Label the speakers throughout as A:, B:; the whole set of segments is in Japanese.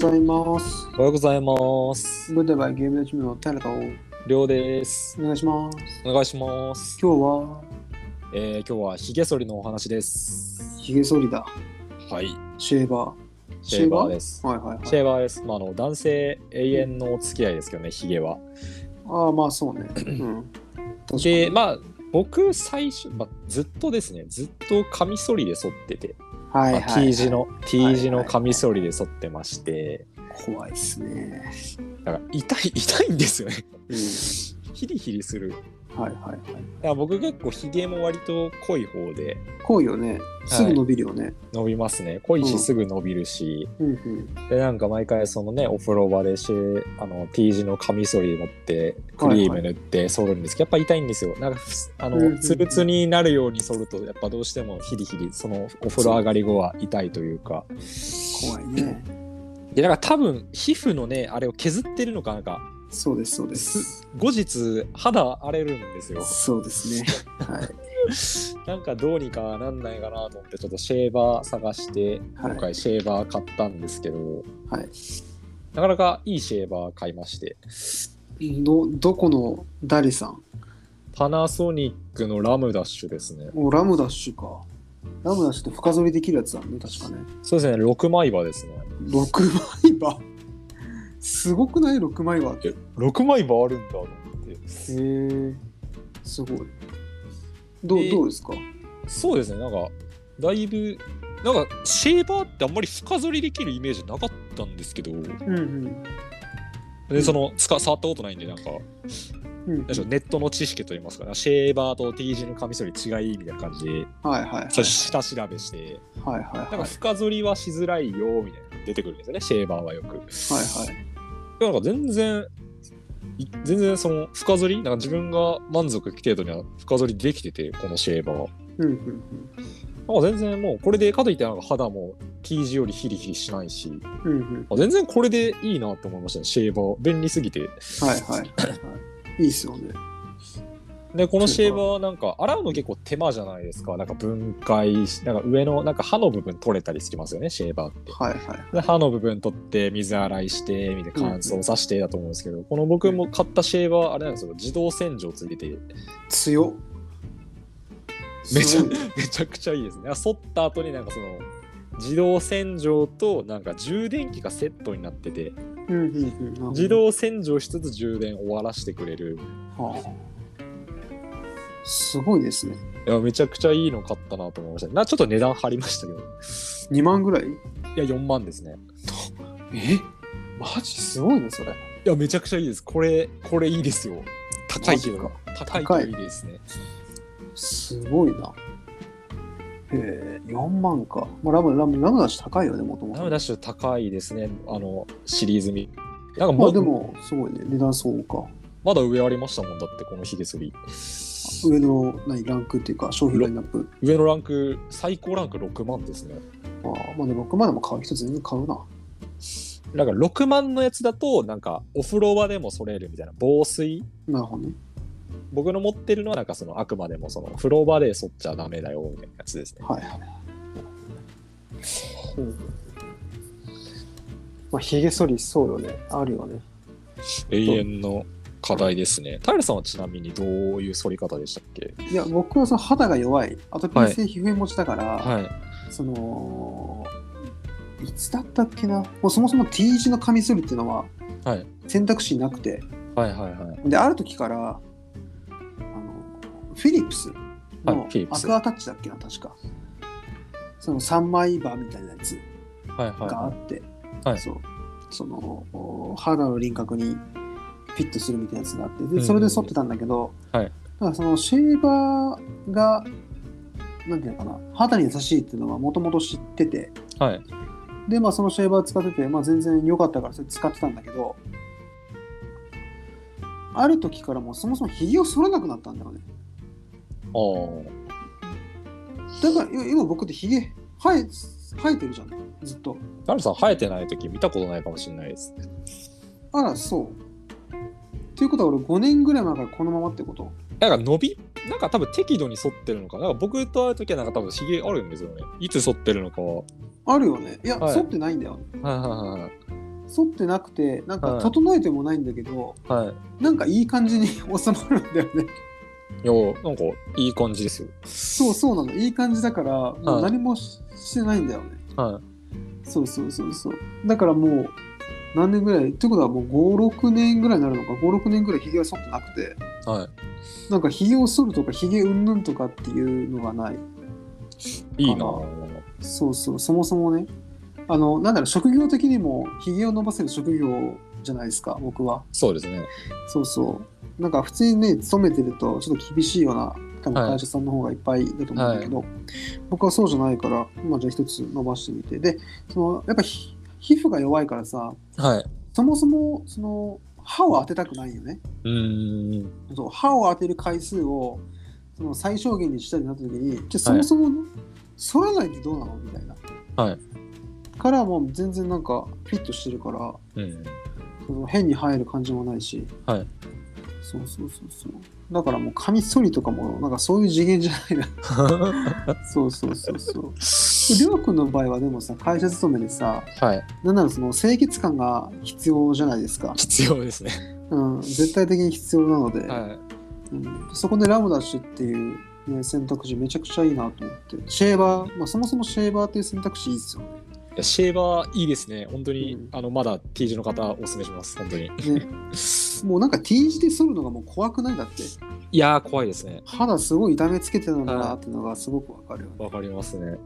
A: ございます。
B: おはようございます。
A: グッドバイゲームのチームのタラタをお
B: りょうです。
A: 願いします。
B: お願いします。
A: 今日は
B: えー、今日はひげ剃りのお話です。
A: ヒゲ剃りだ。
B: はい。
A: シェーバー。
B: シェーバーです。
A: はいはい
B: シ
A: はい。
B: ェーバーです。まあ、あの男性永遠のお付き合いですけどね、ひげは。
A: ああ、まあそうね。うん。確かに。
B: で、まあ、僕、最初、まあ、ずっとですね、ずっとカミソリで剃ってて、
A: はい
B: ま
A: はい、
B: あ、
A: はい。
B: T 字。の、
A: はい
B: T 字のカミソリで剃ってまして、
A: 怖いっすね。
B: だから痛い、 痛いんですよね。
A: う
B: ヒリヒリする。だか
A: ん。はいはいはい。
B: ら僕結構ひげも割と濃い方で
A: 濃いよね。すぐ伸びるよね。
B: 伸びますね。濃い
A: うん
B: しすぐ伸びるし、
A: うんうん。
B: でなんか毎回そのねお風呂場でしあの T 字のカミソリ持ってクリーム塗って剃るんですけど、やっぱ痛いんですよなんかふすあ
A: うんうんう
B: の
A: ん
B: ツルツルになるように剃るとやっぱどうしてもヒリヒリそのお風呂上がり後は痛いというか
A: 怖いね。
B: でなんか多分皮膚のねあれを削ってるのかなんか
A: そうですそうです
B: す。後日肌荒れるんですよ
A: そうですね。はい。
B: なんかどうにかなんないかなと思ってちょっとシェーバー探して
A: はい
B: 今回シェーバー買ったんですけど、
A: はい
B: なかなかいいシェーバー買いまして
A: ど、どこの誰さん
B: パナソニックのラムダッシュですね。
A: お、ラムダッシュか。ラムダッシュって深剃りできるやつだね、確かね。
B: そうですね、6枚刃ですね。
A: 6枚刃すごくない6枚刃ってへ
B: 6枚刃あるんだと思って。
A: えすごいどう
B: で
A: どうですか
B: そうですね、なんか、だいぶ、なんか、シェーバーってあんまり深剃りできるイメージなかったんですけど、
A: うんうん
B: で、その、つか触ったことないんで、なんか、なん
A: うん
B: でしょうネットの知識といいますか、シェーバーと T 字のカミソリ違いみたいな感じで、
A: はいはいはい
B: それ下調べして、
A: はいはい
B: な
A: はい
B: んか深剃りはしづらいよ、みたいなの出てくるんですよね、シェーバーはよく。
A: はいはい
B: いやなんか全然い全然その深剃りなんか自分が満足いく程度には深剃りできててこのシェーバーは
A: うんうんうん
B: なんか全然もうこれでかといってなんか肌も T 字よりヒリヒリしないし
A: うんうん
B: あ全然これでいいなと思いましたねシェーバー便利すぎて
A: はいはいはいいいっすよね
B: でこのシェーバーはなんか洗うの結構手間じゃないですかなんか分解しなんか上のなんか歯の部分取れたりしますよねシェーバーって
A: はいはい
B: で歯の部分取って水洗いしてみたいな乾燥させてだと思うんですけど、この僕も買ったシェーバーあれなんですよ自動洗浄ついてて
A: 強っ
B: めちゃ
A: すごい
B: めちゃくちゃいいですね。あ剃った後になんかその自動洗浄となんか充電器がセットになってて
A: うんうんうん
B: 自動洗浄しつつ充電終わらせてくれる
A: はあすごいですね
B: いやめちゃくちゃいいの買ったなと思いましたなちょっと値段張りましたけどい
A: 2万ぐらい
B: や4万ですね
A: えマジすごいねそれ
B: いやめちゃくちゃいいですこれこれいいですよ高いけ
A: マ
B: ど
A: ジ
B: 高い
A: 高
B: け
A: い
B: どいいですね
A: すごいな。へえ、4万か。まあ、ラムラムラムダッシュ高いよね、もとも
B: ラム
A: と。
B: ダッシュ高いですねあのシリーズになん
A: ま
B: かも
A: あ
B: う
A: でも、すごいね。値段そうか。
B: まだ上ありましたもんだってこのヒゲ剃り
A: 上の何ランクっていうか、商品ラインナップ。
B: 上のランク最高ランク6万ですね
A: ああまあでも6万でも買う人全然買うな。
B: なんか6万のやつだとなんかお風呂場でもそれるみたいな防水
A: なるほどね。
B: 僕の持ってるのはなんかそのあくまでもその風呂場で剃っちゃダメだよみたいなやつですね
A: はいはい。うんまあ、ひげ剃り、そうよね。あるよね。
B: 永遠の課題ですね平さんはちなみにどういう剃り方でしたっけ
A: いや、僕はその肌が弱い。アトピー性皮膚炎持ちだから、
B: はい
A: そのいつだったっけなもうそもそも T 字のカミソリっていうのは
B: はい
A: 選択肢なくて、
B: はいはいはい
A: である時からあのフィリップス
B: は
A: の
B: いフィリップ
A: ア
B: ス
A: クアタッチだっけな確かその3枚刃みたいなやつ
B: はいはい
A: があ
B: は
A: って、
B: はい
A: そうそのお肌の輪郭にフィットするみたいなやつがあって
B: んう
A: で
B: ん
A: それで剃ってたんだけど、
B: はい
A: だからそのシェーバーがなんていうのかな肌に優しいっていうのはもともと知ってて、
B: いはい
A: で、まあ、そのシェーバー使ってて、まあ、全然良かったからそれ使ってたんだけど、ある時からもうそもそもひげを剃らなくなったんだよね。
B: あー
A: だからい今僕ってひげ生え生えてるじゃん、ずっと。
B: 平さん生えてない時見たことないかもしれないです
A: あら、そう。ということは俺5年ぐらい前からこのままってこと
B: なんか伸びなんか多分適度に剃ってるのかなんか僕と会う時はなんか多分ひげあるんですよねいつ剃ってるのかは
A: あるよね。いや、
B: はい
A: 剃ってないんだよ。
B: はいはいはい
A: 剃ってなくてなんか
B: はい
A: 整えてもないんだけど、
B: は
A: なんかいい感じに 収まるんだよね
B: い。いや、なんかいい感じですよ。
A: そうそうなのいい感じだからも
B: は
A: う
B: い
A: 何もししてないんだよね
B: は
A: そうそうそうそうだからもう何年ぐらいってことはもう56年ぐらいになるのか56年ぐらいひげは剃ってなくて
B: い。は
A: なんかひげを剃るとかひげうんぬんとかっていうのがない
B: い。いいな
A: かそうそうそもそもねあのなんだろう職業的にもひげを伸ばせる職業じゃないですか僕は
B: そうですね。
A: そうそうなんか普通にね勤めてるとちょっと厳しいような多分
B: はい
A: 会社さんの方がいっぱいいると思うんだけど、僕はそうじゃないから、まあ、じゃあ一つ伸ばしてみてでそのやっぱひ皮膚が弱いからさ
B: はい。
A: そもそもその歯を当てたくないよね
B: うーん。
A: そう歯を当てる回数をその最小限にしたいなった時にじゃあそもそも反らないってどうなのみたいな、
B: はい
A: からもう全然なんかフィットしてるから
B: うん。
A: その変に生える感じもないし、
B: はい、
A: そうそうそうそうだからもうカミソリとかもなんかそういう次元じゃ ないなそうそうそうそうでりょうくんの場合はでもさ会社勤めでさ
B: はい。
A: なんならその清潔感が必要じゃないですか、
B: 必要ですね。
A: うん、絶対的に必要なので、
B: は
A: うんそこでラムダッシュっていう、ね、選択肢めちゃくちゃいいなと思ってシェーバー、まあ、そもそもシェーバーっていう選択肢いいですよね
B: いや。シェーバーいいですね。本当に、
A: うん
B: あの、まだ T 字の方おすすめします。本当に。
A: ねもうなんか T 字で剃るのがもう怖くないだって
B: いやー、怖いですね。
A: 肌すごい痛めつけてたんだなっていうのがすごくわかるよね
B: わかりますね。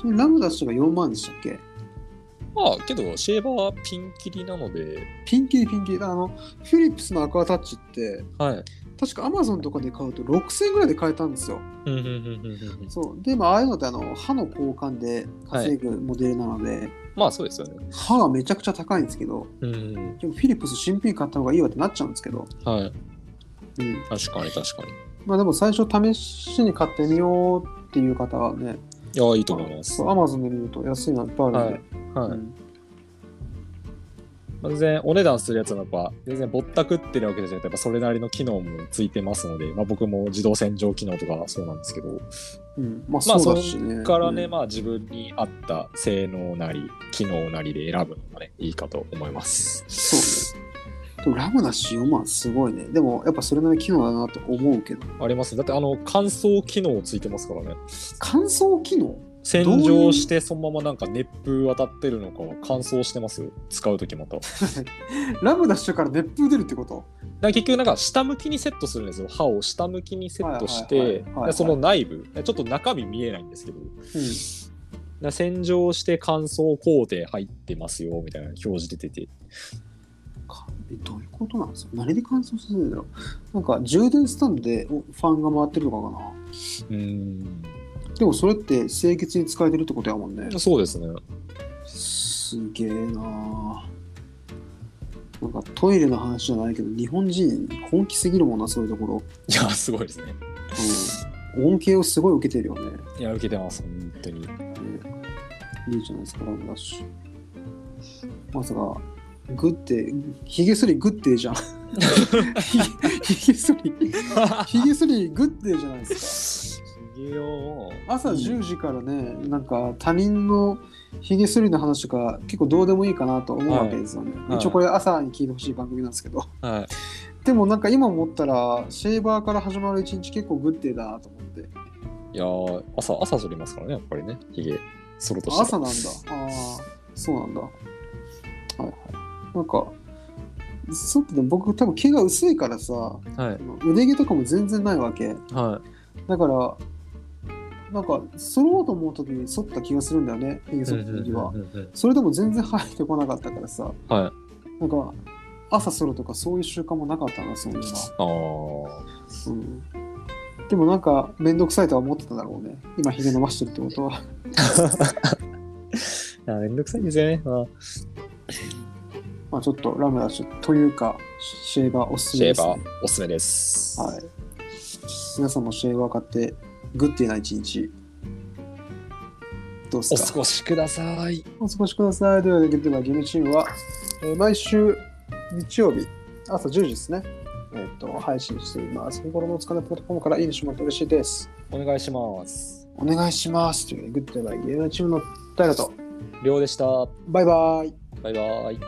A: ちなみにラムダッシュが4万でしたっけ
B: まあ、けど、シェーバーはピンキリなので、
A: ピンキリピンキリあのフィリップスのアクアタッチって
B: はい。
A: 確かアマゾンとかで買うと6000円ぐらいで買えたんですよ
B: うんうんうんうんうん
A: そうでまあああいうのってあの歯の交換で稼ぐモデルなので、
B: まあ、そうですよね。
A: 歯がめちゃくちゃ高いんですけど
B: うんうん。
A: でもフィリップス新品買った方がいいわってなっちゃうんですけど、
B: はい。
A: うん、
B: 確かに、確かに。
A: まあでも最初試しに買ってみようっていう方はね
B: いやー、いいと思います。
A: アマゾンで見ると安いのいっぱいあるんで、
B: はい。
A: うん
B: まあ全然お値段するやつはやっぱ全然ぼったくってるわけじゃなくてやっぱそれなりの機能もついてますので、まあ、僕も自動洗浄機能とかそうなんですけど
A: うんまあ
B: まあ
A: そうだしね、
B: そこからね、
A: うん
B: まあ自分に合った性能なり機能なりで選ぶのがねいいかと思います
A: そうねでもラムダシ4万すごいねでもやっぱそれなりの機能だなと思うけど
B: ありますだってあの乾燥機能ついてますからね
A: 乾燥機能
B: 洗
A: どういう
B: 浄してそのままなんか熱風当たってるのか乾燥してますよ使う時まただか
A: ラムダッシュから熱風出るってこと
B: ら結局なんか下向きにセットするんですよ歯を下向きにセット
A: は
B: し
A: いはい
B: て
A: はいはいはい
B: でその内部ちょっと中身見えないんですけど
A: う
B: な洗浄して乾燥工程入ってますよみたいな表示出てて
A: んかえどういうことなんですか何で乾燥するんだろうなんか充電スタンドでおファンが回ってるとかかな
B: うーん
A: でもそれって清潔に使えてるってことやもんね
B: そうですね
A: すげえなあなんかトイレの話じゃないけど日本人本気すぎるもんなそういうとこ ろ、
B: いやすごいですね
A: うん、恩恵をすごい受けてるよね
B: いや受けてます本当 に
A: いいじゃないですか、ラムダッシュ。まさか、グって、ヒゲ剃りグってえじゃん。ひひげ剃り、ひげ剃りグってえじゃないですか。
B: すげえよ
A: 朝
B: うん
A: 10時からね、なんか他人のひげ剃りの話とか結構どうでもいいかなと思うわけですよね。
B: はい
A: 一応これ朝に聞いてほしい番組なんですけど。
B: はい
A: でもなんか今思ったら、シェーバーから始まる一日結構グってえだと思って。
B: いやー朝朝剃りますからねやっぱりねひげ剃るとしたら
A: 朝なんだ。ああ、そうなんだ。はいはい。なんか、そうってでも僕多分毛が薄いからさ、
B: はい
A: 腕毛とかも全然ないわけ。
B: は
A: だから、なんか、剃ろうと思う時に剃った気がするんだよね、髭
B: い
A: 剃った時は
B: うん。うんうんうん
A: それでも全然生えてこなかったからさ、
B: はいあ
A: なんか、朝剃るとかそういう習慣もなかったな、そういうのは。
B: あ
A: うんでもなんか、めんどくさいとは思ってただろうね。今、髭伸ばしてるってことは。
B: めんどくさいですよね、まあ
A: まあちょっとラムダッシュというか、シェーバーおすす
B: シ
A: めで
B: ェー
A: す、ね。
B: バーおすすめです
A: はい。皆さんも試合分かって、グッディな一日、どうで
B: お
A: す
B: 過
A: か
B: ごしください
A: お過ごしください。というわけで、では、ゲームチームは、えー毎週日曜日、朝10時ですね、えーと、配信しています。日頃のお疲れのプラットフォームからいいねしてもらって嬉しいです。
B: お願いします
A: お願いします。というわけで、グッディなゲームチームの平と、
B: りょうでした
A: バイバイ。
B: バイバーイ。